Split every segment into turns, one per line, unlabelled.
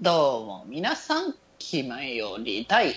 どうも皆さん、気前より第200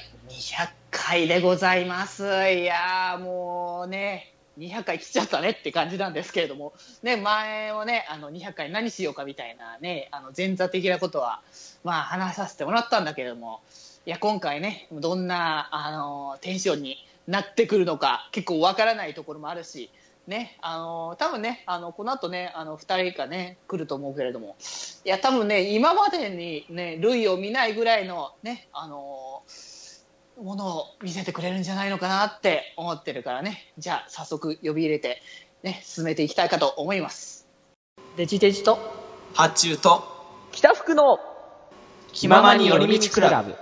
回でございます。いやーもうね、200回来ちゃったねって感じなんですけれども、ね、前もね、あの200回何しようかみたいなね、あの前座的なことは、まあ話させてもらったんだけれども、いや、今回ね、どんな、あの、テンションになってくるのか、結構わからないところもあるし、ね、あの、多分ね、あの、この後ね、あの、2人かね、来ると思うけれども、いや、多分ね、今までにね、類を見ないぐらいのね、あのーものを見せてくれるんじゃないのかなって思ってるからね。じゃあ、早速呼び入れて、ね、進めていきたいかと思います。デジデジと、
発注と
北福の、
気ままに寄り道クラ
ブ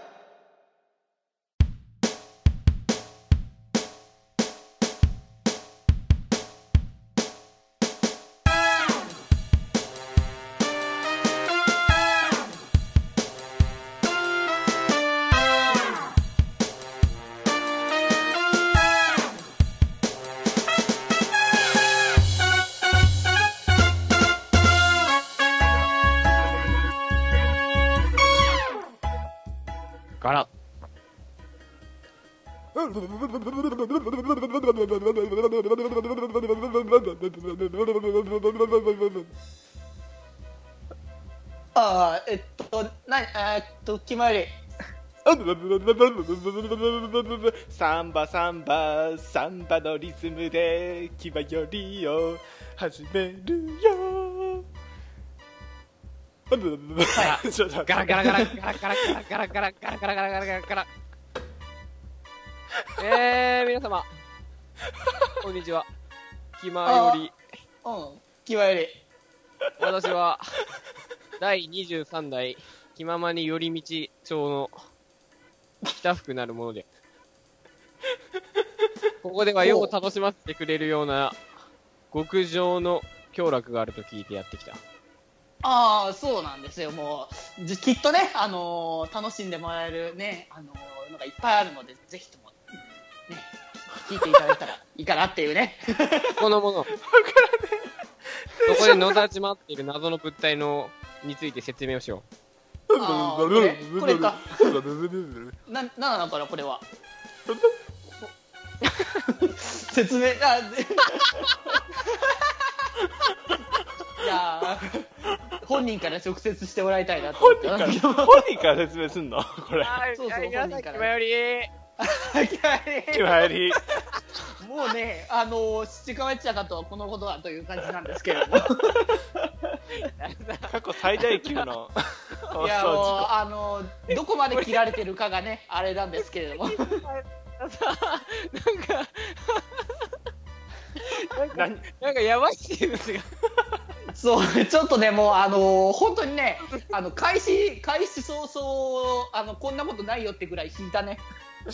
から
あーえっと、な、えーっと、気まより、
サンバサンバサンバのリズムで気ばよりを始めるよ
は
ちょっと待って
ガラガラガラガラガラガラガラガラガラガラガラガラガラえー、皆様こんにちは気まより
うん、気まより、
私は第23代気ままに寄り道町の北福なるものでここでは世を楽しませてくれるような極上の享楽があると聞いてやってきた
ああ、そうなんですよ。もう、じきっとね、あのー楽しんでもらえるね、あのーのがいっぱいあるので、ぜひとも、ね、聞いていただいたらいいかなっていう ね。
このもの。そこで野立ち回っている謎の物体の、について説明をしよ
あーこれこれ かな、なんなのかな、これ は。説明、あ、 でいやー本人から直接してもらいたいなと
本
思って
人
ますけど。
から本人から説明すんのこ
う。
れ
はい
そうそう
皆さ
本
ん、
人から
今より。
気まより
もうね、あのー、七か八ちゃかとはこのことだという感じなんですけ れども。
過去最大級の放
いやもう
送
あのどこまで切られてるかがねあれなんですけれども
なんか、
事故何
なんかやばいっていう話が。
そうちょっとねもうあの本当にねあの開始開始早々あのこんなことないよってぐらい引いたね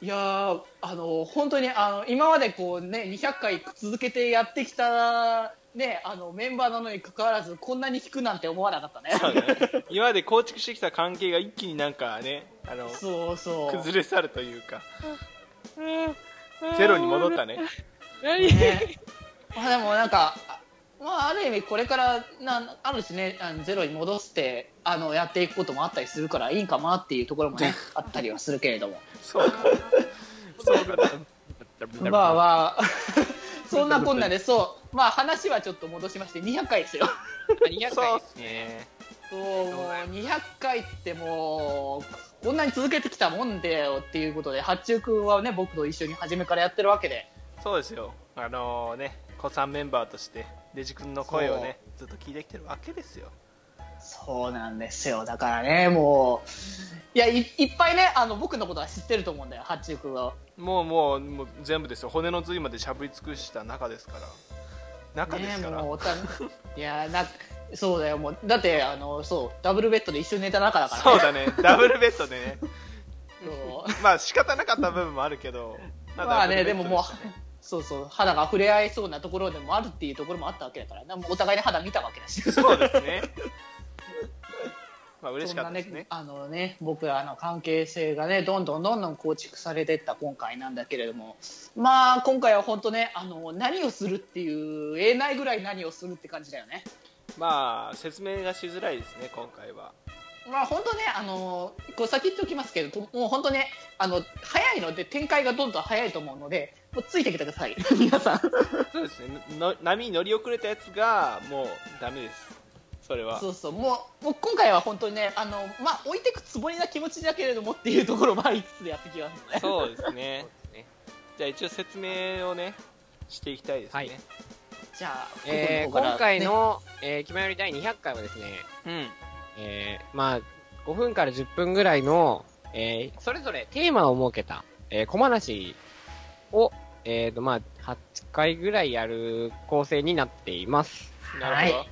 いやーあの本当にあの今までこうね200回続けてやってきたねあのメンバーなのにかかわらずこんなに引くなんて思わなかったね
そうね今まで構築してきた関係が一気になんかねあの
そうそう
崩れ去るというかゼロに戻ったね
何
ね、 まあでもなんか、あまあ、ある意味これからなあるしねあのゼロに戻してあのやっていくこともあったりするからいいかもなっていうところもねあったりはするけれども
そうかそうか
まあまあ そんなこんなでそうまあ話はちょっと戻しまして200回ですよ
200
そう
回
っ。すね
そうもう200回ってもうこんなに続けてきたもんだよっていうことで八中君はね僕と一緒に初めからやってるわけで
そうですよあのね子さんメンバーとしてデジ君の声をねずっと聞いてきてるわけですよ
そうなんですよ。だからね、もう、いや、いいっぱいね、あの、僕のことは知ってると思うんだよ、八中君は。
もうもうもう全部ですよ骨の髄までしゃぶり尽くした中ですから中ですから、
ね、もうおた いや、な、そうだよ、もう、だって、あの、そう、ダブルベッドで一緒に寝た仲だから、
そうだねダブルベッドでね
そう
まあ仕方なかった部分もあるけど
まあね、でももう
う、
そうそう、肌が触れ合いそうなところでもあるっていうところもあったわけだから、ね、もうお互いに肌見たわけだし。
そうですね。まあ嬉しかったです
そんな
ね。
あのね、僕らの関係性がね、どんどんどんどん構築されていった今回なんだけれども、まあ、今回は本当ね、あの、何をするっていう、言えないぐらい何をするって感じだよね。
まあ説明がしづらいですね今回は
まあ本当ね、あのこう先言っておきますけれども、もう本当ね、あの早いので展開がどんどん早いと思うので、もうついてきてくだ さい、皆さん。
そうですねの波に乗り遅れたやつがもうダメですそれは
そうそう、もうもう今回は本当にね、あのまあ置いてくつもりな気持ちだけれどもっていうところもありつつやってきますね。
そうですねじゃあ一応説明をねしていきたいですね、
はい
じゃあ、
えー
ここの
今
方からね
回の、えー、キマより第200回はですね、
うん
えーまあ、5分から10分ぐらいの、えーそれぞれテーマを設けた、えー小話を、えーと、まあ、8回ぐらいやる構成になっています。
なるほど、
はい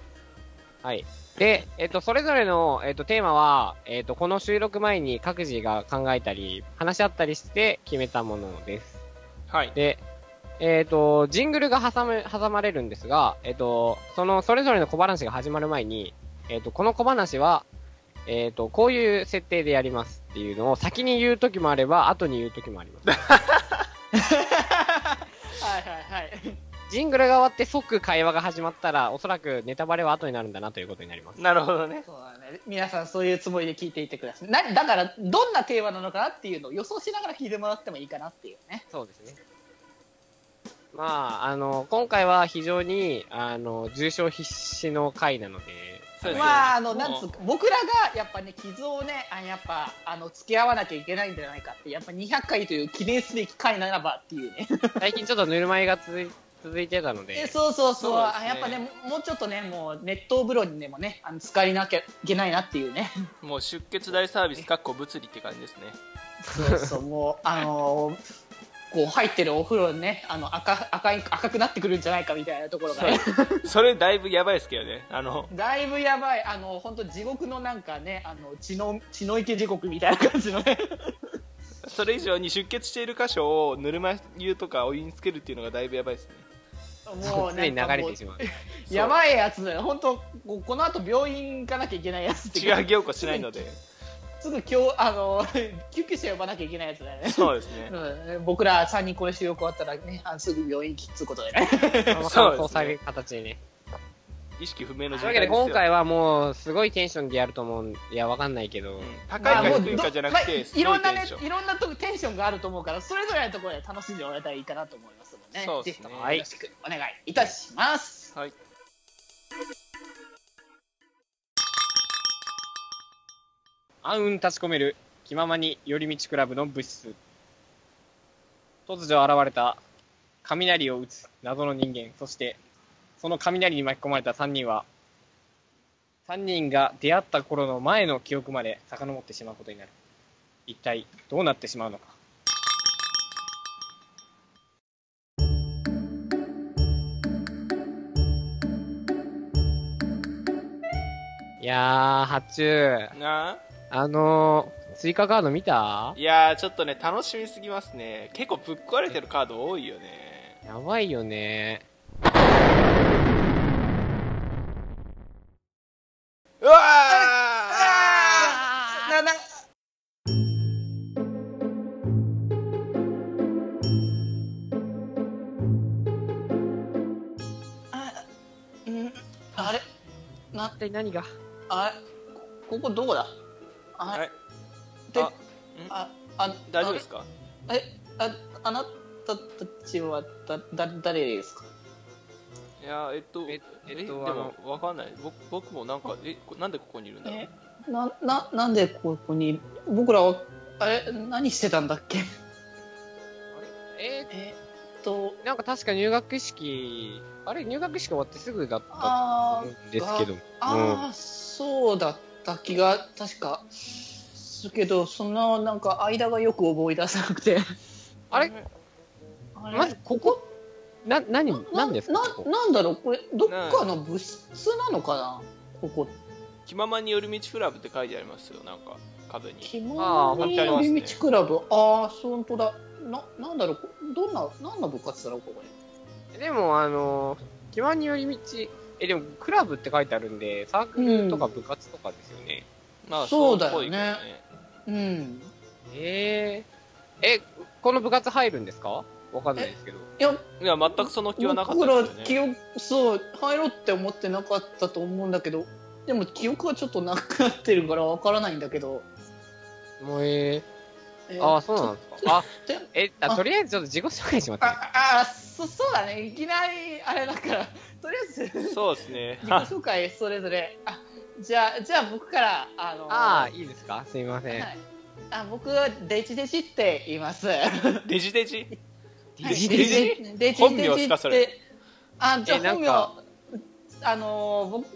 はい。で、えっ、と、それぞれの、えっ、と、テーマは、えっ、と、この収録前に各自が考えたり、話し合ったりして決めたものです。
はい
で、えっ、と、ジングルが挟む、挟まれるんですが、えっ、と、その、それぞれの小話が始まる前に、えっ、と、この小話は、えっ、と、こういう設定でやりますっていうのを先に言うときもあれば、後に言うときもあります。
はいはいはい。
ジングルが終わって即会話が始まったら、おそらくネタバレは後になるんだなということになります。
なるほどね
そうだね、皆さんそういうつもりで聞いていてください。なだからどんなテーマなのかなっていうのを予想しながら聞いてもらってもいいかなっていうね。
そうですね。まあ、あの、今回は非常に、あの、重症必至の回なので、
そうですね
まああのなんつうか僕らがやっぱね傷をねあやっぱあの付き合わなきゃいけないんじゃないかってやっぱ200回という記念すべき回ならばっていうね
最近ちょっとぬるま湯が続い続いてたの
で
で、
そうそうそう
そうです
あ
ね
やっぱねもうもうちょっとねもう熱湯風呂にでもねあの使いなきゃいけないなっていうね
もう出血大サービスかっこ物理って感じですね
そうそうもうあのこう入ってるお風呂にねあの赤赤い赤くなってくるんじゃないかみたいなところがね
それだいぶやばいですけどねあの
だいぶやばい、あの本当地獄のなんかね、あの血の血の池地獄みたいな感じの ね。
それ以上に出血している箇所をぬるま湯とかお湯につけるっていうのがだいぶやばいですね
もう
常に
なん
流
か
れ
も
てしまう。
うやばいやつだよ、本当ここの後病院行かなきゃいけないやつって。
違う凝固しないので
すぐ今日あの 救急車呼ばなきゃいけないやつだよね。
そうですね
うん僕ら3人これ収録終わったらね、あすぐ病院行きっつうことで ね。
まあ
そうですね
乾燥される形でね。
意識不明の
と
状
いうわ
態で
けです
よ
今回はもう、すごいテンションでやると思うん、いや、わかんないけど、
高い
まあも
か
う
低いかじゃなくて
ど
す
まあい
ご
ろ
い
んな
テ
ね
ンショ、ン
いろんなとこテンションがあると思うから、それぞれのところで楽しんでもらえたらいいかなと思いますので、ね、
そう
ぜ
です
ひ
ね
ともよろしくお願いいたします。
はい
暗雲立ち込める気ままに寄り道クラブの物質突如現れた雷を打つ謎の人間そしてその雷に巻き込まれた3人は3人が出会った頃の前の記憶まで遡ってしまうことになる一体どうなってしまうのかいやー、発注。
な
あのー、追加カード見た
いやーちょっとね楽しみすぎますね結構ぶっ壊れてるカード多いよね
やばいよね。
うわー
ななあんあれな
一体何が
あここどこだあ
はい
で
あ
あああ
大丈夫ですか
あえああなたたちはだだ誰ですか
いやーえっと
ええっと
で
あ
も
の
わかんない僕僕もなんかえこなんでここにいるんだろう
えなななんでここに僕らはあれ何してたんだっけ
え
えっと
ーなんか確か入学式、あれ入学式終わってすぐだった
あ
ん
ー
ですけど。
ああ、そうだった気が確かするけどそのなんか間がよく思い出せなくて
あれ
あ
まずここな、何、何ですか
な
ここ
なんだろうこれどっかの物質なのかなここ
気ままに寄り道クラブって書いてありますよなんか壁に
着
あ
物
ー
貼ってありま
寄
すね
り道クラブああ本当だななんだろうこどんな何の部活だろうこれ
でもあのー、気まに寄り道、え、でもクラブって書いてあるんで、サークルとか部活とかですよね。
まあ
そうだよね
っぽいけど
うん
えー、え、この部活入るんですかわかんないですけど。
いや
いや全くその気はなかった
僕ら
です
記
よね
憶そう入ろうって思ってなかったと思うんだけどでも記憶はちょっとなくなってるからわからないんだけど、
もうえ
え
え
ー
ああ、そうなんですか。あ、
で
え、あ
あ
とりあえずちょっと自己紹介します、ね。
あああそそうだねいきなりあれだから とりあえ ず自己
そうですね
紹介それぞれあじゃあじゃあ僕からあの
ああ、いいですかすみません
は。い、あ僕デジデジって言います
デジ デジ
デ
ジ
デジ
デジ
本名っすかそれ
ってあじゃあ
えなん
本名
か
あのー僕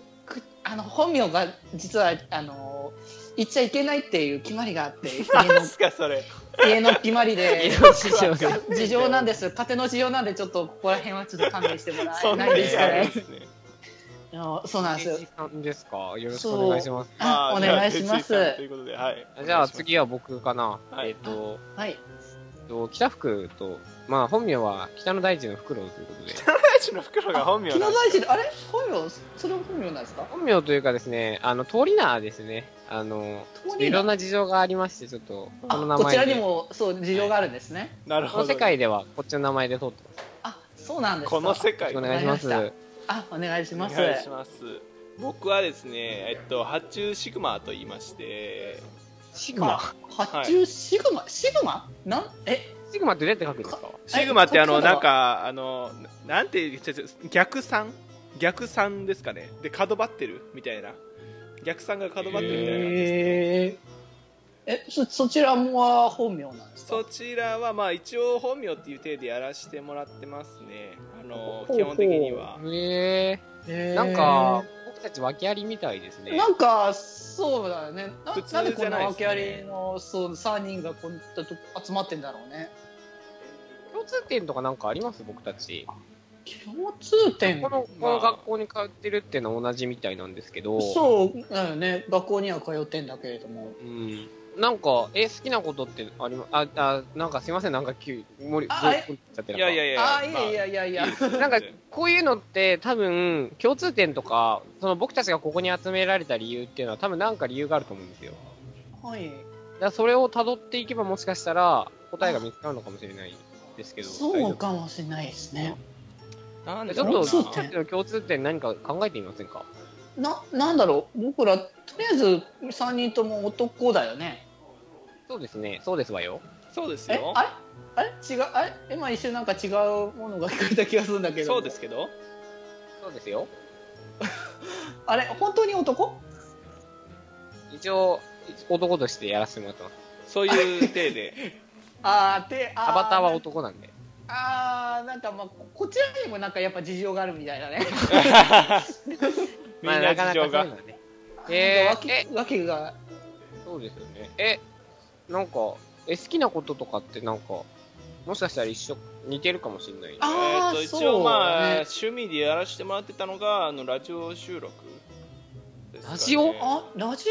あの本名が実はあのー言っちゃいけないっていう決まりがあって
何すかそれ
家の家の決まり で
家の事情が
事情なんです家庭の事情なんでちょっとここら辺はちょっと勘弁してもら
そ
え
ん
な
ないに
ですか
あるん
ね
ですね
あのそうなんですよ
デジさんですかよろしくお願いします。
まあ
お願いします
じゃあ哲井さんということではい
じゃあ次は僕かな。
はい
えっ、と、
はい
えっと北福と、まあ本名は北の大地の福郎ということで、
大地の袋が本名
木
な
の
んです
大地であれ本名それは本名なんですか
本名というかですね、あの、通り名ですね。あの、
通り名
いろんな事情がありまして、ちょっと、この
あ
名
こちら
前
に
で、
もそう事情があるんですね
なる
こ
ほ
の
ど
世界ではこっちの名前で通ってます。
あそうなんですか
この世界
よろしくお願いします。
わかりあお願いします
お願いします僕はですねえっと発注シグマと言いまして
シグ
まあ
マ。
発注シグマ、シグマなんえ
シグマってどうやって書くんですか
シグマってあ
そ
の
うな
な
の
んかあのなんて言っちゃう逆算逆算ですかねで角張ってるみたいな逆算が角張ってるみたいな感じですね
ええそそちらもは本名なんですか
そちらはまあ一応本名っていう体でやらせてもらってますねあの
ほうほう
基本的には
え
へー
えなんか、僕たち訳ありみたいですね
な。んかそうだよねな
普通
なんでこんな
じゃないです
訳
ね
ありのそう3人がこんなとこ集まってんだろうね
共通点とかなんかあります僕たち。
共通点
この、こ
まあ
の学校に通ってるっていうのは同じみたいなんですけど。
そうだよね学校には通ってんだけれども
うん。なんか、え、好きなことってありま、あ、あ、なんかすいません、なんか急、盛り、
あ
盛
はい
り込んじゃって
い
な
や
んか
いやいや
あい
まあ
やいやいやいや
いいです
なんか、こういうのって多分、共通点とか、その僕たちがここに集められた理由っていうのは多分なんか理由があると思うんですよ。
はい
だからそれを辿っていけばもしかしたら答えが見つかるのかもしれないですけど。
そうかもしれないですね
なん
大
で
丈
だろう
夫。
な
ちょっと、
共通点
僕たちの共通点何か考えてみませんか
ななんだろう僕らとりあえず3人とも男だよね
そうですね、そうですわよ。
そうです
え
よ
あれあれ違うあれ今一瞬なんか違うものが聞こえた気がするんだけど
そうですけど
そうですよ。
あれ本当に男
一応、男としてやらせてもらってます。
そういう体で
あーであー
アバターは男なんで。
あーなんかまあここちらにもなんかやっぱ事情があるみたいだね
みんな事情
まあ
が
なかなかそういうのはねえ
なん
ー
か
え
訳訳が
そうですよね。え、なんか、え、好きなこととかってなんか、もしかしたら一緒、似てるかもしれない。
え
ああ
ーと
そう
一応まあ
ね
趣味でやらせてもらってたのがあのラジオ収録ですかね
ラジオ
あラジ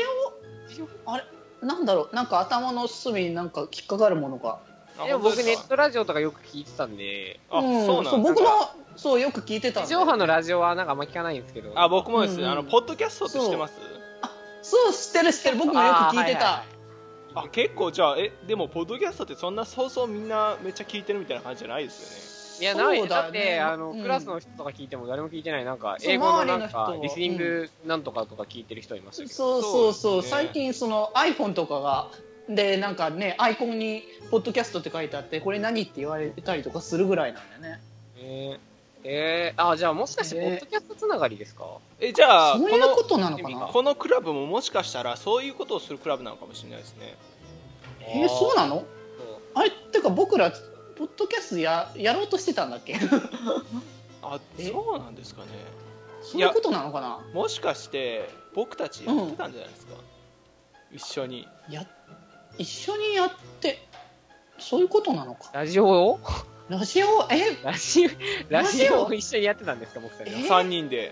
オあれなんだろうなんか頭の隅になんか引っかかるものが
あ
でも
本当
僕ネ
です
ッ
か
トラジオとかよく聞いてたんで、
あ
ん
そうなんです
僕も
か
そうよく聞いてたん
地
で
上波のラジオはなんかあんま聞かないんですけど。
あ、僕もですね、
うん
あのポッドキャストって知ってます
そう知ってる知ってる僕もよく聞いてた、
あー。はいはいはい
あ結構じゃあえでもポッドキャストってそんなそうそうみんなめっちゃ聞いてるみたいな感じじゃないです
いや、ない、
そうだよね
だって、あの、
うん
クラスの人とか聞いても誰も聞いてない、なんか、
そう
英語のな
周り
ん
の
か
人、
リスニングなんとかとか聞いてる人いましたけど。
そうそうそう、
そうですね
最近その iPhone とかがでなんかねアイコンに「ポッドキャスト」って書いてあってこれ何って言われたりとかするぐらいなんだよね
えー、えー、あ、じゃあもしかして、
ね
ポッドキャストつながりですか、
よねえじゃあ
そういうこ
こと
なのか
意味
な
のこのクラブももしかしたらそういうことをするクラブなのかもしれないですね
えーそうなの
そう
あれってか僕らポッドキャストややろうとしてたんだっけ
あ
え
そうなんですかね
そういうことなのかな
もしかして僕たちやってたんじゃないですか、一緒に
や一緒にやってそういうことなのか
ラジオを
ラジオえ
ラジオ、ラジ
ラ
オを
ジオ
一緒にやってたんですか、僕たちは。
え
3人で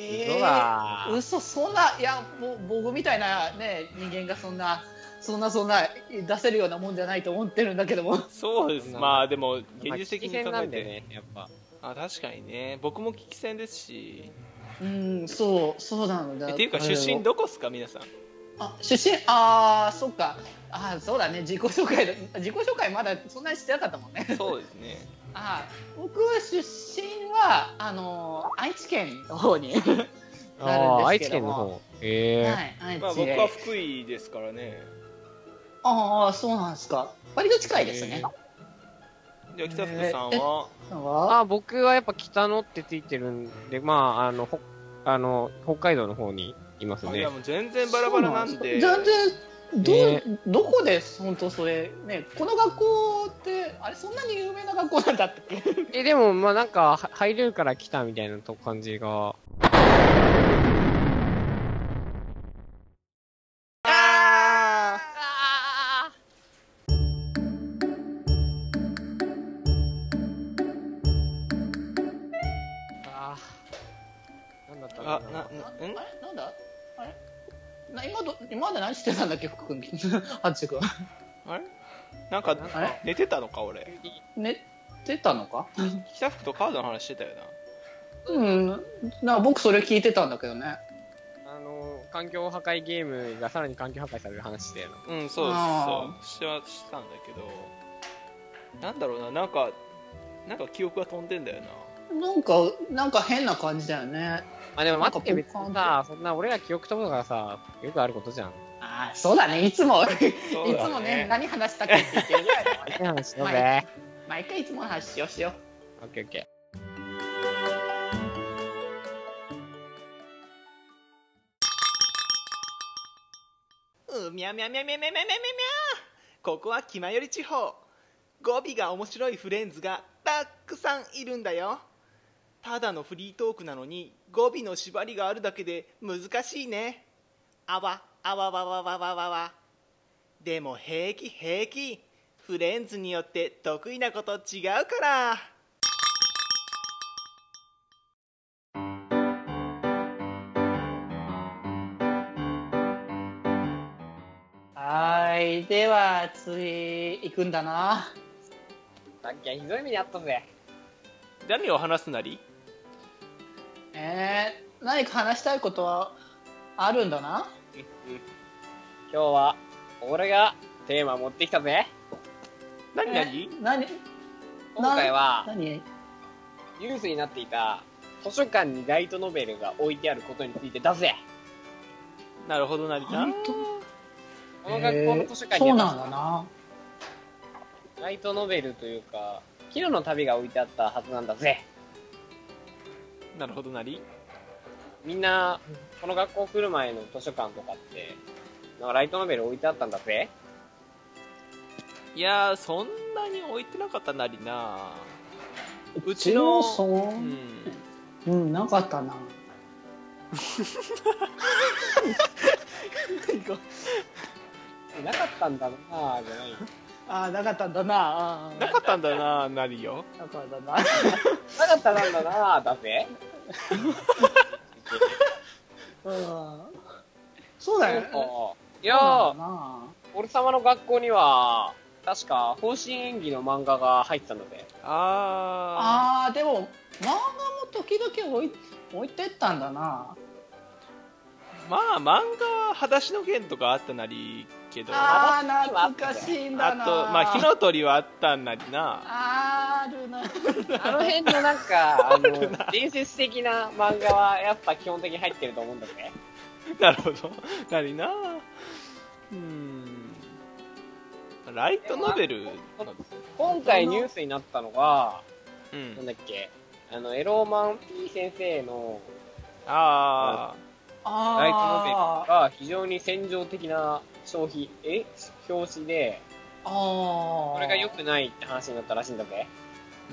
え
嘘
ー
だー
嘘そんないやもう僕みたいなね人間がそんなそんなそんな出せるようなもんじゃないと思ってるんだけども
そうです
うん
まあでも現実的に考え
まあ危機戦なんで
て、
ね、やっぱ。
あ確かにね僕も危機戦ですし
うんそうそうなのだ
えっていうか出身どこっすか皆さん
あ出身ああそっかあーそうだね自己紹介だ自己紹介まだそんなにしてなかったもんね
そうですね
あー僕は出身はあのー愛知県の方になるんですけども
ああ、愛知県の方。へえ。
はい愛知、
まあ僕は福井ですからね
ああそうなんですか割と近いですね、
じゃあ北福さんは
あ僕はやっぱ北のってついてるんで、まあ、あの、ほあの北海道の方にいます
あい
ね
や。もう全然バラバラなんで
そうなんですか全然ど,、
ね
どこで本当それねこの学校ってあれそんなに有名な学校なんだったっけ
え、でも、まあなんか、は入れるから来たみたいなと感じが。
あ
ああ。なんだった
ーあ
んだろう
な
あ
な
れ
ん
なんだあれな今ど今まで何してたんだっけ福君 あっち君
あれなんか
あれ
寝てたのか俺
寝てたのか
北福とカードの話してたよな
うんなんか僕それ聞いてたんだけどね
あの、環境破壊ゲームがさらに環境破壊される話だよな。
うんそう
あ
そうしはしたんだけどなんだろうななんかなんか記憶が飛んでんだよな
なんかなんか変な感じだよね
あ、でも待って、
なんか
別
ポンポン
にさ、そんな俺ら記憶とかがさ、よくあること じゃん。
ああそうだねいつもい
そうだ
つもね何話したっけって言ってるぐらいだもんね
え、 話しよう
は
ぜ。
毎回いつもの話しようしよう
オッケーオッケ
うみゃみゃみゃみゃみゃみゃみゃみゃみゃここは気まより地方語尾が面白いフレンズがたくさんいるんだよただのフリートークなのに語尾の縛りがあるだけで難しいねあわあわわわわわわわでも平気平気フレンズによって得意なこと違うから
はーいでは次行くんだな
ー。さっきはひどい目にあったぜ。
何を話すなり
えー、何か話したいことはあるんだな
今日は、俺がテーマ持ってきたぜ。
何
え何
今回は、
何
ニュースになっていた図書館にライトノベルが置いてあることについて出せ
なるほどなり
本
こ
当
の学校の図書館に
えーそうな
は
んだな
ライトノベルというか「キロの旅」が置いてあったはずなんだぜ
なるほどなり
みんなこの学校来る前の図書館とかってなんかライトノベル置いてあったんだぜ
いやーそんなに置いてなかったなりなう
う
ち
ち
の
のそううんうんなかったな
なかったんだなぁじゃないな
あーなかったんだなあー
なかったんだななりよ
なかったんだな
かったなんだなぁだぜ
うんそうだよね
いやー
あ
俺様の学校には確か方針演技の漫画が入ってたんだぜ
あ
あーでも漫画も時々置い置いてったんだな
あまあ漫画は「裸足の弦」とかあったなりけどあ
あー懐かしいんだな
とまあ火の鳥はあったなりな
あー るな
あの辺のなんか、あの、伝説的な漫画はやっぱ基本的に入ってると思うんだぜ。
なるほどなりなうんライトノベルなんですね
今回ニュースになったのが、
う
なん
ん
だっけ、あの、エローマン P 先生の
ああ
あ
ライトノベルが非常に戦場的な消費、え表紙で、
あ
これが良くないって話になったらしいんだぜ。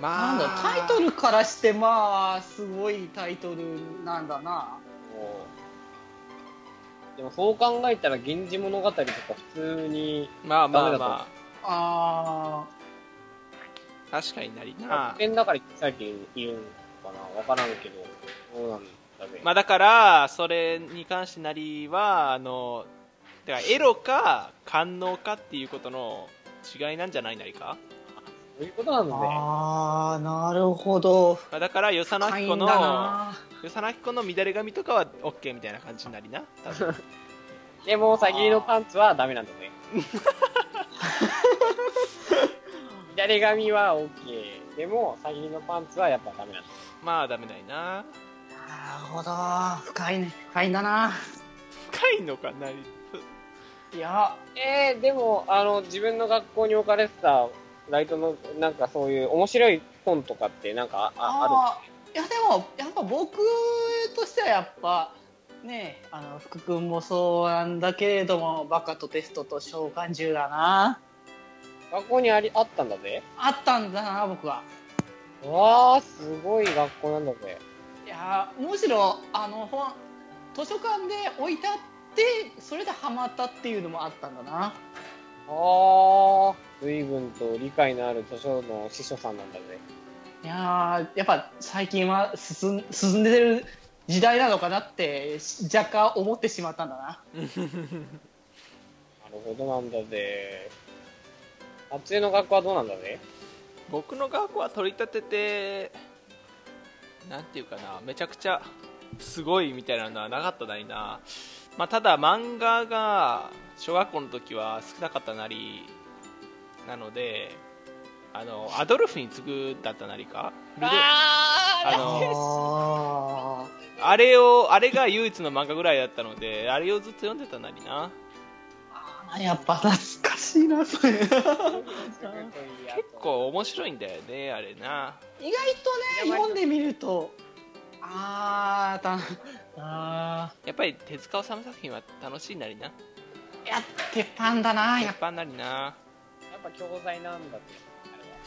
ま
なんだタイトルからしてまあすごいタイトルなんだな
もうでもそう考えたら、源氏物語とか普通に、
まあまあ
ダメ
ま
だ
あ
あ確かになりな
特典だから記されているのかなわからんけど、そうなんだぜ。
まあだからそれに関してなりはあのだからエロか官能かっていうことの違いなんじゃないなりか、
そういうことなん
ー
だぜ。
あーなるほど
まあ、だから与謝野
深
明
い
子
ん
の
だな
与謝野明子の乱れ髪とかは OK みたいな感じになりな多分
でも、先のパンツはダメ なんだね。左髪は OK。でも、先のパンツはやっぱダメなんだ。
まあダメだいな
なるほど深いね深いんだな
深いのかなり
いや
えー、でも、あの、自分の学校に置かれてた、ライトの、なんかそういう面白い本とかって、なんかあ、
あ
あ
ーいやでもやっぱ僕としてはやっぱねえあの福君もそうなんだけれどもバカとテストと召喚獣だな
る。学校にあり、あったんだぜ。
あったんだな僕は
うわー、すごい学校なんだぜ。
いやーむしろあの本図書館で置いてあってそれでハマったっていうのもあったんだな
ああ、随分と理解のある図書の司書さんなんだぜ。
いやーやっぱ最近は進ん進んでる時代なのかなってし若干思ってしまったんだな
なるほどなんだぜ。あっちの学校はどうなんだぜ。
僕の学校は取り立ててなんていうかなめちゃくちゃすごいみたいなのはなかったないな、まあ、ただ漫画が小学校の時は少なかったなりなのであのアドルフに次ぐだったなりかルデあの
あ
あれをあれが唯一の漫画ぐらいだったのであれをずっと読んでたなりな
ーやっぱ懐かしいなそれ 意外とね
結構面白いんだよねあれな
読んでみるとあーたあ
やっぱり手塚治虫作品は楽しいなりな
ーいや鉄板だなや
鉄
っぱ
板なりな
やっぱ教材なんだぜ。あれは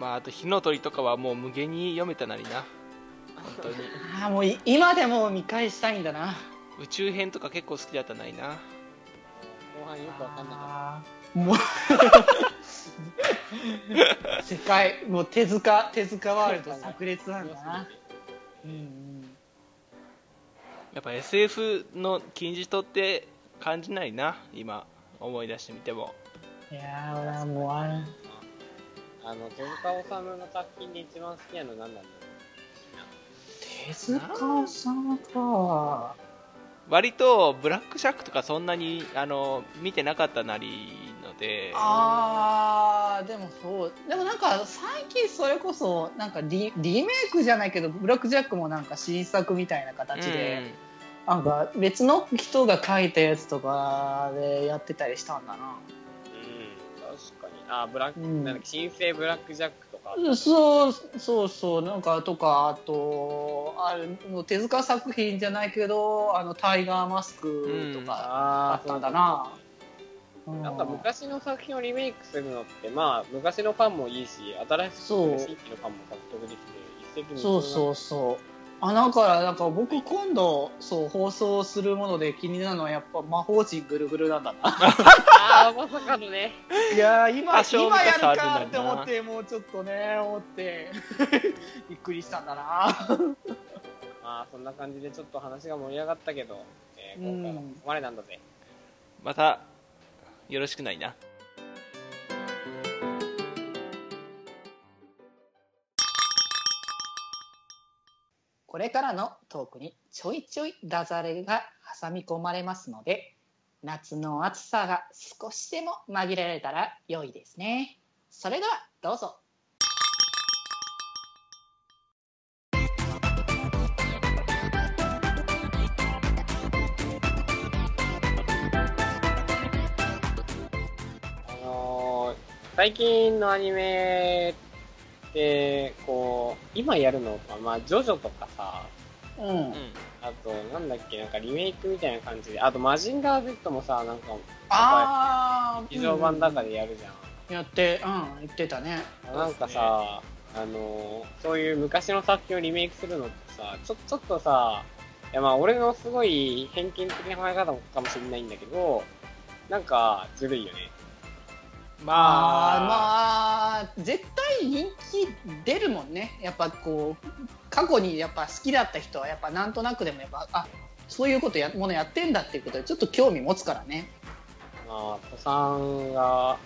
まああと火の鳥とかはもう無限に読めたなりな本当に
あーもうい今でも見返したいんだな
宇宙編とか結構好きだったなりな
後半よくわかんなかっ
もう世界もう手塚手塚ワールド炸裂なんだな、うんうん、
やっぱ SF の金字塔って感じないな今思い出してみても
いやー俺はもうあれ
た。あの、手塚治虫の作品で一番好きなの何なんだろ
手塚さんか
割とブラックシャックとかそんなにあの見てなかったなりので
あーでもそうでもなんか最近それこそなんかリリメイクじゃないけどブラック・ジャックもなんか新作みたいな
うん
形で、なんか別の人が書いたやつとかでやってたりしたんだな
う。うん、確かに。あ、ブラック、
うん
なんだっけ新生ブラックジャックとか。
そうそうそうなんかとかあとあれもう手塚作品じゃないけどあのタイガーマスクとかあ
あ
ったんだ。な、う
なんか昔の作品をリメイクするのって、まあ、昔のファンもいいし、新しく
そう
新規のファンも獲得できて、一石二鳥
そうそうそうあだからなんか僕今度そう放送するもので気になるのはやっぱ魔法陣ぐるぐるなんだな
ああ、まさかのね。
いやー今
多少
今やる
昔はあるんだな
かって思ってもうちょっとね思って びっくりしたんだな
まあ、そんな感じでちょっと話が盛り上がったけど、えー今回はここまでなんだぜ。
またよろしくないな
これからのトークにちょいちょいダジャレが挟み込まれますので夏の暑さが少しでも紛れられたら良いですねそれではどうぞ
あのー最近のアニメって、こう、今やるのか、まあ、ジョジョとかさ、
うん
うん
あと、なんだっけ、なんかリメイクみたいな感じで、あと、マジンガー Z もさ、なんか、
ああ
劇場版だからやるじゃん。
やってうん言ってたね
なんかさ、あのーそういう昔の作品をリメイクするのってさ、ちょちょっとさ、いやまあ俺のすごい偏見的な考え方かもしれないんだけど、なんかずるいよね。
まあ
あーまあ絶対人気出るもんねやっぱこう過去にやっぱ好きだった人はやっぱなんとなくでもやっぱあそういうことやものやってんだっていうことでちょっと興味持つからね
まあ、子さんが、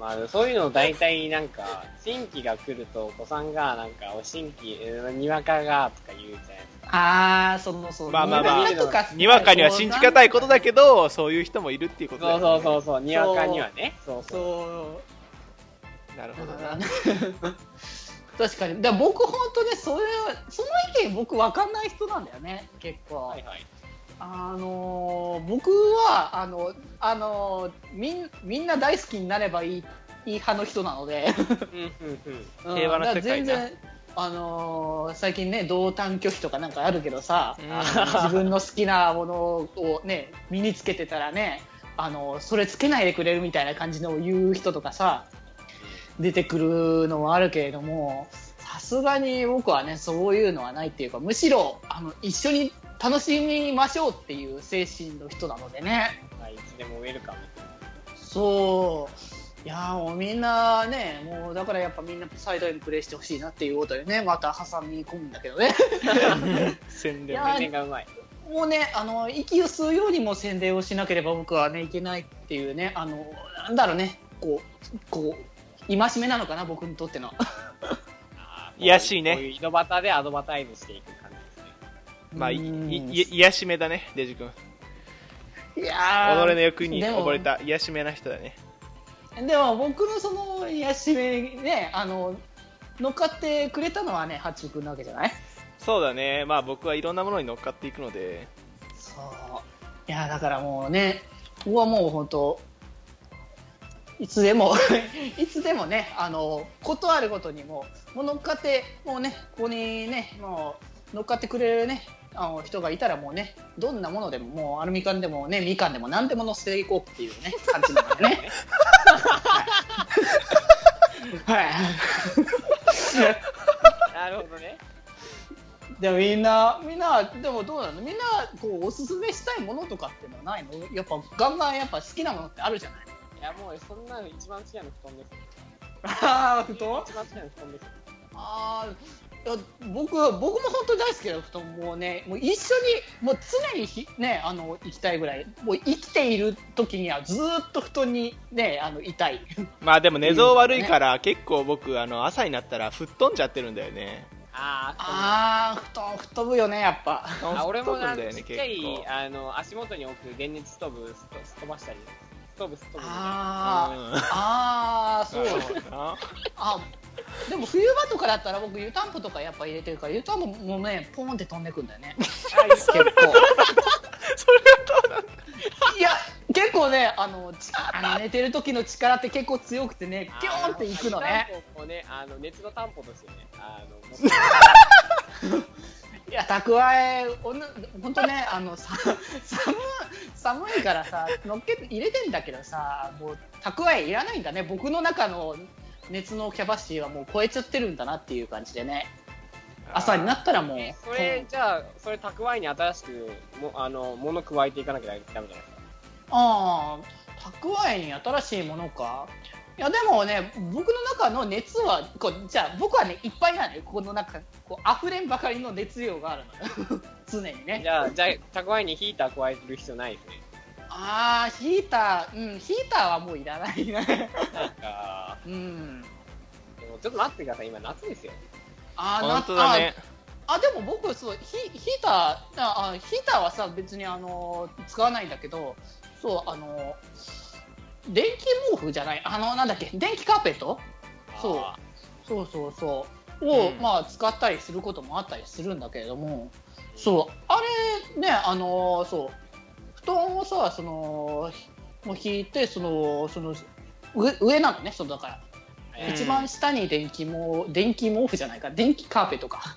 ままあ、そういうの大体なんか、新規が来ると、お子さんがなんか、お新規、えーにわかがとか言うじゃないですか。
ああ、そのそう。
まあまあまあ
にわかとか
にわかには信じがたいことだけ
ど。
どそういう人もいるっていうことだ
そ
よ
う
ね
そうそうそう、にわかにはね。そうそう。
そ
なる
う。
ほど
だから
な
ね 確かに。だから僕本当ね、それその意見僕わかんない人なんだよね。結構。
はいはい。
あのー僕はあのあのーみんみんな大好きになればいいいい派の人なので
うんうんうん。
平和な世界
うん
な
だから全然あのー最近ね同担拒否とかなんかあるけどさ、
うん
自分の好きなものをね身につけてたらねあのーそれつけないでくれるみたいな感じのを言う人とかさ出てくるのはあるけれどもさすがに僕はねそういうのはないっていうかむしろあの一緒に楽しみましょうっていう精神の人なのでね
まあ、いつでもウェルカム。
そういやーもうみんなねもうだからやっぱみんなサイドにプレイしてほしいなっていうことでねまた挟み込むんだけどね
宣
い
伝
や
も
ー
ね
宣伝がうまい。
もうねあの息を吸うようにも宣伝をしなければ僕はねいけないっていうねあのなんだろうねこうこう戒めなのかな僕にとっての。
あー
癒やしいね
こういう井戸端でアドバタイズしていく感じですね。
まあい
うん
いい癒やしめだねデジ君己
いやー
の欲に
でも
溺れた癒やしめな人だね
でも僕のその癒やしめねあの乗っかってくれたのはね八中君なわけじゃない
そうだねまあ僕はいろんなものに乗っかっていくので
そういやだからもうね僕はもう本当いつでも いつでもねあのことあるごとにもうもう乗っかってもうねここにねもう乗っかってくれるねあの人がいたらもうねどんなものでももうアルミ缶でもねみかんでも何でも乗せていこうっていうね感じなんでねはい
なるほどね。
でもみんな、みんな、でもどうなのみんな、こう、おすすめしたいものとかってのはないのやっぱ、ガンガンやっぱ好きなものってあるじゃない
いや、もうそんなの一番好きなの布団です。
ああ、布団
一番好きなの布団です。
ああ、いや僕、僕も本当に大好きだよ、布団。もうね、もう一緒に、もう常にひね、あの、行きたいぐらい。もう生きている時にはずーっと布団にね、あの、いたい。
まあでも寝相悪いから結構僕あの朝になったら吹っ飛んじゃってるんだよね
あー
あ あ、布団、吹っ飛ぶよね、やっぱ。
あ俺もなん
吹
か
っ飛ぶ
ちっ
ん
ちゃいあの足元に置く電熱ストーブすっ飛ばしたりストーブすっ飛ぶみたいな
ああ、ああ、そう
結構うんあ
あでも冬場とかだったら僕湯たんぽとかやっぱ入れてるから湯たんぽもねポンって飛んでくんだよね結構
それ
いや結構ねあのちあの寝てる時の力って結構強くてねピョーンっていくのね
あー。担保もねあの熱の担保としてねあの持って
いや蓄えおんほんと ねあのさ寒い寒いからさのっけ入れてんだけどさもう蓄えいらないんだね僕の中の熱のキャパシティはもう超えちゃってるんだなっていう感じでね朝になったらもう
えそれじゃあそれ蓄えに新しくもあの物加えていかなきゃダメじゃないですか
ああ、蓄えに新しいものか。いやでもね、僕の中の熱は、こうじゃあ僕はね、いっぱいなのよ、ここの中、こう溢れんばかりの熱量があるのよ、 常に
じ
ね。
ゃあじゃあ蓄えにヒーター加える必要ないですね
ああ、ヒーター、うん、ヒーターはもういらない ね。
なんか
うん。
でもちょっと待ってください今夏ですよ
あー
本当だね。
なあ、でも僕、そう、ヒヒーター、ああヒーターはさ、別にあのー使わないんだけど、そう、あのー電気毛布じゃない、あの、なんだっけ、電気カーペットそう
あ
そうそうそうを、
うん
まあ使ったりすることもあったりするんだけれども、そうあれねあのーそう布団をさそのひもう引いてそのその上上なのねそのだから、
うん
一番下に電気も電気毛布じゃないか電気カーペットか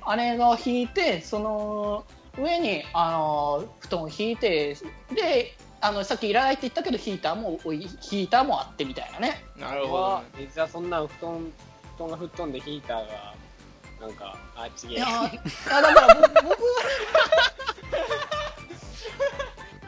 あれが引いてその上にあのー布団を引いてであのさっきいらないって言ったけどヒーターもおいヒーターもあってみたいなね。
な
な
る
る
ほ
ほ
ど
ど実はそんな布団布団が吹っ飛んでヒーターがなんかあちげ
い
え
やーいやだから僕僕は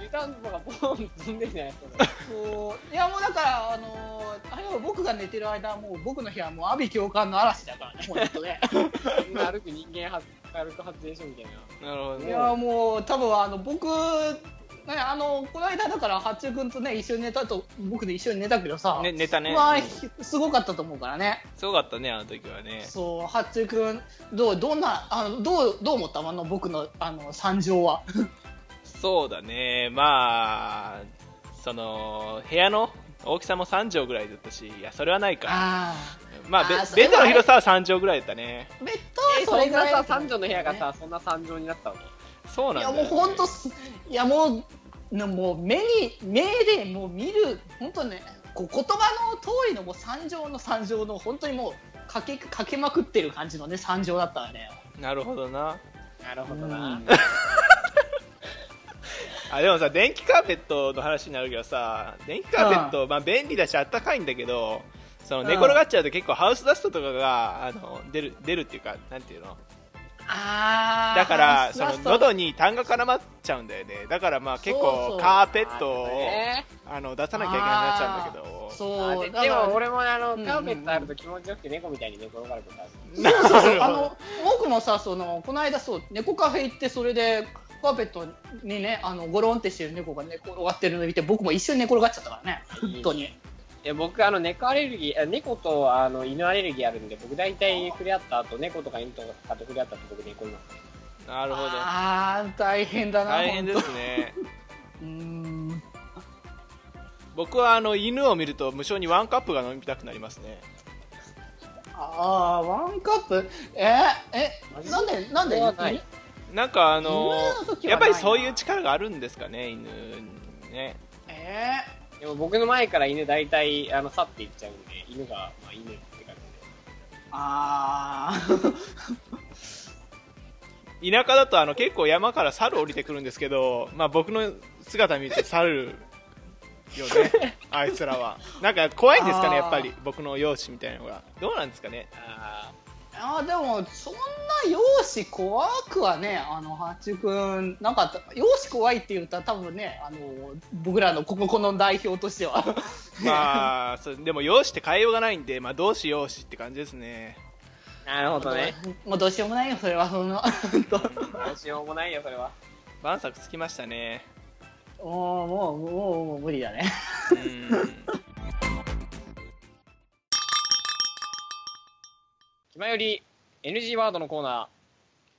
湯たんぽがポン飛んでるじゃないですか
そういやもうだから、あのーあれは僕が寝てる間はもう僕の部屋はもう阿炎教官の嵐だからね、本当 ね。
そんな歩く人間は歩く発電所みたいな。
なるほど
い
ね
やもう多分あの僕ね、あのこの間だから八中君とね一緒に寝たと僕で一緒に寝たけどさ、
ね、寝たね、
まあ
うん
ひすごかったと思うからね
すごかったねあの時はね
そう八中君どうどんなあのどうどう思ったあの僕のあの惨状は
そうだねまあその部屋の大きさも3畳ぐらいだったしいやそれはないか
あ
まあベ
あーそれ
ベ
は
ッドの広さは3畳ぐらいだったね
あベッ
え
ド はそ
そ
れ
ん
ぐら
ないさ三畳の部屋がさそんな三畳になったわけ
そう
い
なんだ
や
よ、
も
ね、
う本当すいやもうなもう目に目でもう見る本当ねこう言葉の通りのもう惨状の惨状の本当にもうかけかけまくってる感じのね惨状だったわね。
なるほどな
なるほど
う
なん
あでもさ電気カーペットの話になるけどさ電気カーペット、まあ、便利だしあったかいんだけどその
うん
寝転がっちゃうと結構ハウスダストとかがあの出る出るっていうかなんていうの
あー
だからそ
ラ
の
スト
喉に痰が絡まっちゃうんだよねだからまあ結
そうそ
構
う
カーペットを
ね
あの出さなきゃいけなくなっちゃうんだけど
あ
そう
で
だ
で
から
も俺もあの
うんうん
カーペットあると気持ちよくて猫みたいに寝転がることあ
そ
る
うそうそう
なるほど
あの僕もさそのこの間そう猫カフェ行ってそれでカーペットにねあのゴロンってしてる猫が寝転がってるのを見て僕も一緒に寝転がっちゃったからね本当に
いや僕あの猫アレルギーあ猫とあの犬アレルギーあるんで僕大体触れ合った後猫とか犬とかと触れ合った後僕寝込みます
なるほど
あー大変だな
大変で
本
すね
当うーん
僕はあの犬を見ると無性にワンカップが飲みたくなりますね
あーワンカップええなんでなんで
それはない
なんかあの
犬の時はないな
やっぱりそういう力があるんですかね犬にね
え
でも僕の前から犬大体あの去っていっちゃうんで犬が、まあ、犬って感
ー、あー
田舎だとあの結構山から猿降りてくるんですけど、まあ、僕の姿見ると猿よ ねあいつらはなんか怖いんですかね
あー
やっぱり僕の容姿みたいなのがどうなんですかね
じ
あーでもそんな容姿怖くはねあの八くんなんか容姿怖いって言ったら多分ねあの僕らのこここの代表としては
まあそうでも容姿って変えようがないんで、まあ、どうし容姿って感じですね
でなるほどね
もうどうしようもないよそれはその
どうしようもないよそれは
晩作つきましたね
もうもうもうもう無理だ ね
うん
気まより NG ワードのコーナー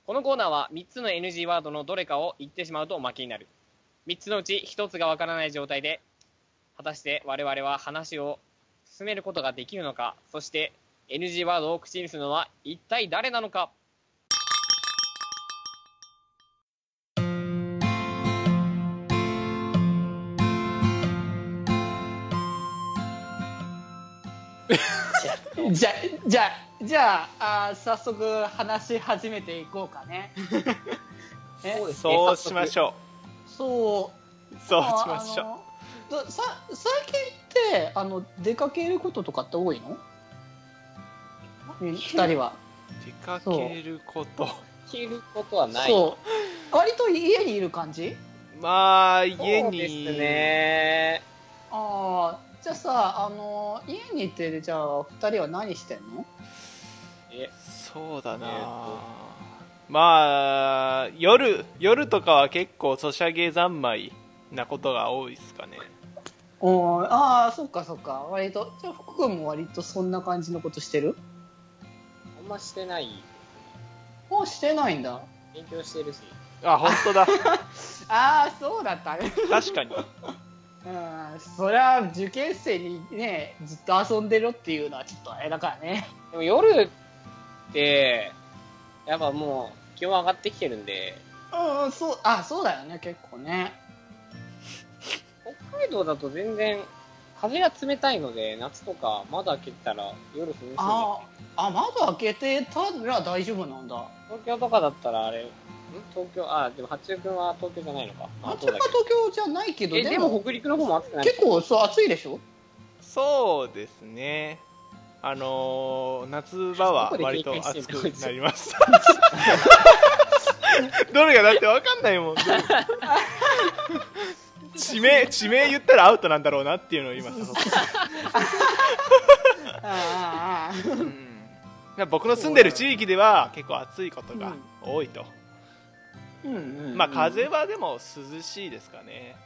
このコーナーは3つの NG ワードのどれかを言ってしまうと負けになる3つのうち1つがわからない状態で果たして我々は話を進めることができるのかそして NG ワードを口にするのは一体誰なのか
じゃじゃじゃああー早速話し始めていこうかねえ
そ
そ
うですね
うしましょ
そう
うそうしましょう
あのどさ最近ってあの出かけることとかって多いの2人は
出かけること
聞ることはない
そう割と家にいる感じ
まあ家に
そうですね
ああじゃあさあの家にいてじゃあ2人は何してんの
え
そうだな、
えー
まあ夜夜とかは結構ソシャゲ三昧なことが多いですかね
おーああそっかそっか割とじゃあ福君も割とそんな感じのことしてる
あんましてない
もうしてないんだ
勉強してるし
あ本当だ
ああそうだった ね
確かに
うんそりゃ受験生にねずっと遊んでろっていうのはちょっとあれだからね
でも夜ってやっぱもう気温上がってきてるんで
うんうんそうあそうだよね結構ね
北海道だと全然風が冷たいので夏とか窓開けてたら夜涼しいんです
あーあ窓開けてたら大丈夫なんだ
東京とかだったらあれん東京あでも八中君は東京じゃないのか
あっち
そう
が
だ
東京じゃないけ
け
ど
どえでも北陸の方も暑くない
結構そう暑いでしょ
そうですねあのー夏場は割と暑くなります どれがだって分かんないもん地名地名言ったらアウトなんだろうなっていうのを今誘った
あああ
うん僕の住んでる地域では結構暑いことが多いと、
あうんうんうん
まあ風はでも涼しいですかね
へ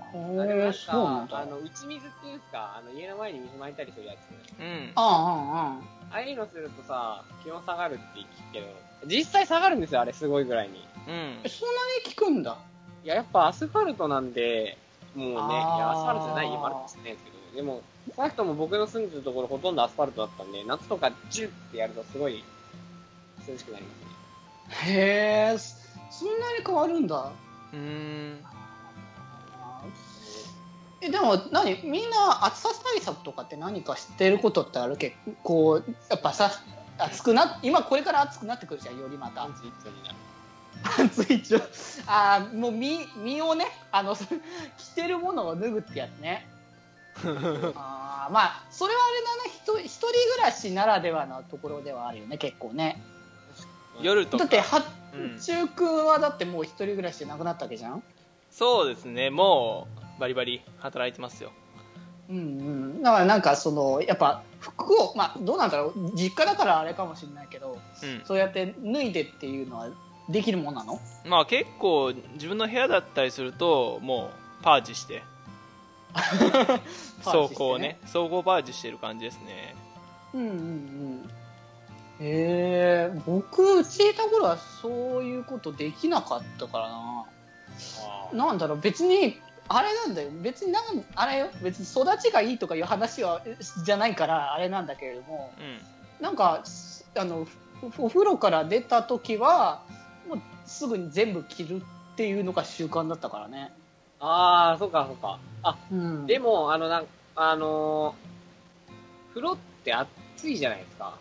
あでもな
え
ん
そうなん
か、
だ
あの、打ち水っていうんですか、あの、家の前に水撒いたりするやつ。
うん
ああ
ああいうのするとさ、気温下がるって聞くけど、実際下がるんですよ、あれ、すごいぐらいに。
うん
えそんなに効くんだ
いや、やっぱアスファルトなんで、もうね、いや
あー
アスファルトじゃない家もあるかもしれないですけど、でも、少なくとも僕の住んでるところほとんどアスファルトだったんで、夏とかジュッってやるとすごい涼しくなりますね。
へえそそんなに変わるんだ
うん
えでも何みんな暑さ対策とかって何か知ってることってあるけこうやっぱさ暑くな今これから暑くなってくるじゃんよりまた
暑い一緒になる。
暑いちょあーもう身身をねあのそ 着てるものを脱ぐってやつ ねあーまあそれはあれだねひと一人暮らしならではのところではあるよね結構ね
夜と
だ
か
っては
うん
中君はだってもう一人暮らしでなくなったわけじゃん
そうですねもうバリバリ働いてますよ
うんうん、だからなんかそのやっぱ服をまあどうなんだろう実家だからあれかもしれないけど
うん
そうやって脱いでっていうのはできるもんなの
まあ結構自分の部屋だったりするともうパージして走行ね走行パージしてる感じですね
うんうんうんへえ僕うちいた頃はそういうことできなかったからななんだろう別にあれなんだよ別になんあれよ別に育ちがいいとかいう話はえじゃないからあれなんだけれども
うん
なんかすあのふお風呂から出た時はもうすぐに全部着るっていうのが習慣だったからね、
あー、そうか、そうか。あ、
うん、
でも、あの、なんあのー風呂って暑いじゃないですか。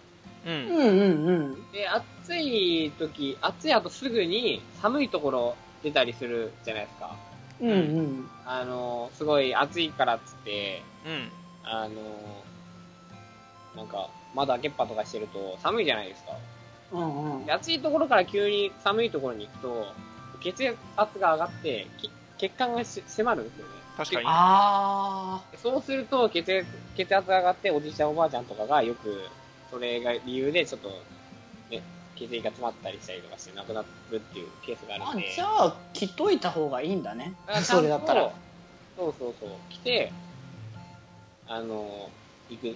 うん
うんうんうん
で、暑い時、暑い後すぐに寒いところ出たりするじゃないですか。
うんうん
あのーすごい暑いからっつって、
うん
あのーなんか、窓開けっぱとかしてると寒いじゃないですか。
うんうん
で暑いところから急に寒いところに行くと、血圧が上がって、き血管がし迫るんですよね。
確かにね
ああ
そうすると血圧、血圧が上がって、おじいちゃんおばあちゃんとかがよく、それが理由でちょっと、ね、血液が詰まったりしたりとかして亡くなるっていうケースがあ
あ
るんで。
じゃあ着といた方がいいんだね
あ
それだった。
ちゃん
ら
とそうそうそう。来て、あの、行く。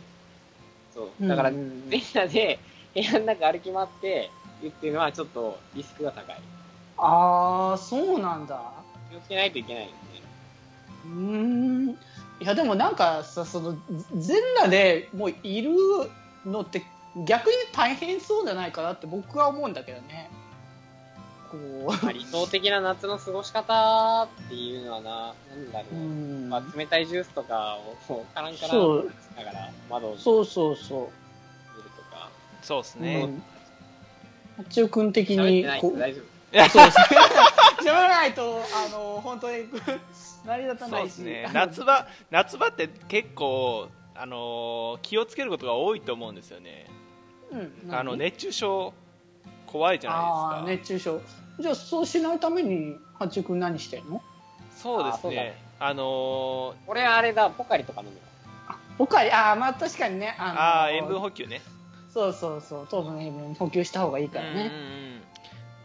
そう。だから、
うんうん
全
うん
裸で部屋の中歩き回って行くっていうのはちょっとリスクが高い。
ああそうなんだ
気をつけないといけないんですね。
うーんいやでもなんかさその全裸でもういるのって逆に大変そうじゃないかなって僕は思うんだけどねこう
まあ理想的な夏の過ごし方っていうのはな、なんだろ
う
う。
ん
まあ、冷たいジュースとかをこうカランカラ
そ
ン
う
だから窓を見る
そうそうそ
とか、
そうです
う、
ね、
うん、八中君的
喋っ
に
てない
こ
人
う
大丈夫。
そうですね 喋らないとあの本当に成り立た
そ
な
う
い
で
し
すね夏場夏場って結構あのー気をつけることが多いと思うんですよね
うん
あの熱中症怖いじゃ
あー
ないで
熱中症じゃあそうしないために八中君何してるの
すかそうですねあの
俺あれだ、ポカリとか飲むの。
僕はああまあ確かにねあ
ー
の
あー塩分補給ね
そうそうそう糖分塩分補給した方がいいから
うん
ね、
うんうん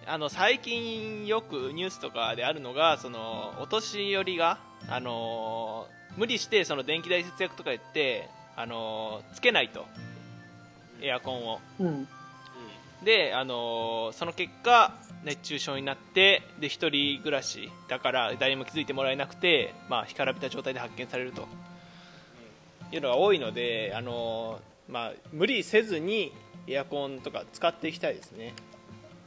あの最近よくニュースとかであるのがそのお年寄りが、あのー無理してその電気代節約とか言って、あのーつけないとエアコンを
うん
で、あのーその結果熱中症になってで一人暮らしだから誰にも気づいてもらえなくて、まあ、干からびた状態で発見されるというのが多いので、あのーまあ、無理せずにエアコンとか使っていきたいですね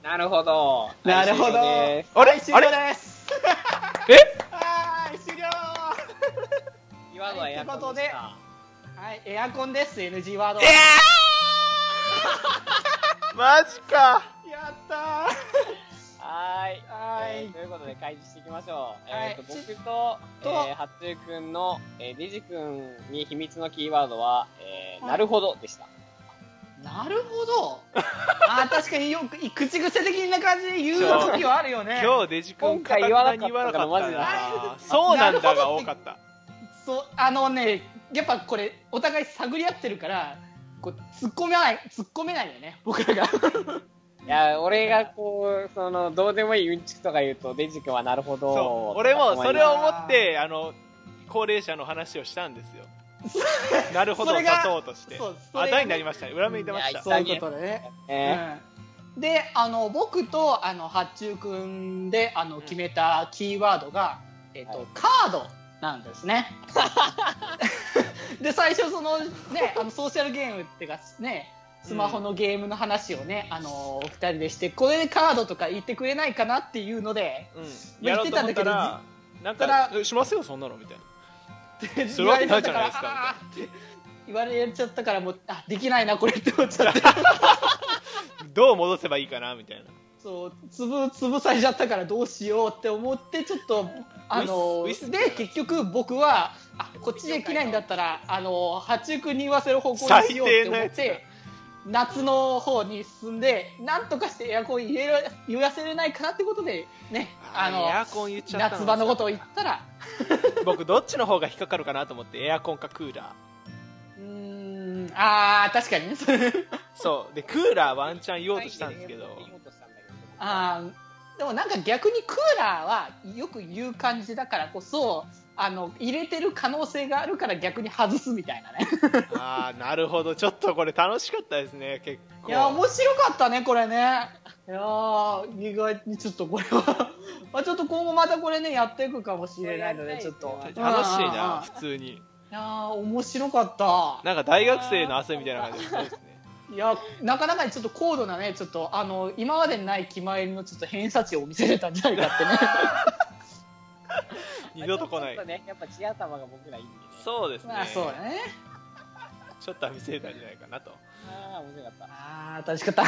なるほど。
なるほど
ね
あれ
終了です
え
はーい終了
今のはエアコンでした。
はいエアコンです NG ワード、
マジか
やった
はーい。
ーは
え
ー
ー
い
ということで開示していきましょう。
はい
えーと僕と、
と
えー、はっつゆくんの、えー、デジくんに秘密のキーワードは、えー
はい
なるほどでした。
なるほどあー確かによく口癖的な感じで言う時はあるよね
今日デジ君
今回言わなかったのマジで
なそうなんだが多かった
そうあのねやっぱこれお互い探り合ってるからこう突っ込めない突っ込めないよね僕らが
いや、俺がこう、その、どうでもいいうんちくとか言うと、デジ君はなるほど。
そう俺もそれを思ってあの高齢者の話をしたんですよなるほど
それ
誘
が
おうとして
そうそれがね
あ題になりましたね裏目に出まし
いや
た
そういうことでね。
え
うんであの僕とあの八中くんであの決めたキーワードが、えっと
はい
カードなんです ね。で最初そのねあのソーシャルゲームっていうかねスマホのゲームの話をね、あのお二人でしてこれでカードとか言ってくれないかなっていうので
うん
言
や
っ
ろう
て
と
たん
思
だけ
った
ど
らなん
たら
かえしますよそんなのみたいなす
言
る
わ
わ
れ
け
ちゃ
な
ったから
いじゃないですか
あーって言われちゃったからもうあできないなこれって思っちゃって。
どう戻せばいいかなみたいな
そう潰潰されちゃったからどうしようって思ってちょっとあの
ウイスウイス
で結局僕はあこっちでできないんだったらあの八中君に言わせる方向にしようって思っ
最低なや
て夏の方に進んでなんとかしてエアコン入れら言わせれないかなってことでねあ
エ
の
アコン言っちゃった
夏場のことを言ったら
僕どっちの方が引っかかるかなと思ってエアコンかクーラ
うーんあー確かにねそれ
ーそうでクーラーワンチャン言おうとしたんですけど
言おうとしたんだけど
あーでもなんか逆にクーラーはよく言う感じだからこそあの入れてる可能性があるから逆に外すみたいな ね
ああなるほどちょっとこれ楽しかったですね結構
いや面白かったねこれねいやー意外にちょっとこれは まあちょっと今後またこれねやっていくかもしれないのでちょっと
楽しい
うんうんうん
な普通に
いやー面白かった
なんか大学生の汗みたいな感じですごいですね
いやなかなかにちょっと高度なねちょっとあの今までにない気前のちょっと偏差値を見せれたんじゃないかって ね
二度と来な
ちょっ
い
ね、やっぱ地頭が僕らいいんでね。
そうですね
まあそうだね
ちょっとは見せれたんじゃないかなと
ああ、面白かった。
ああ楽しかった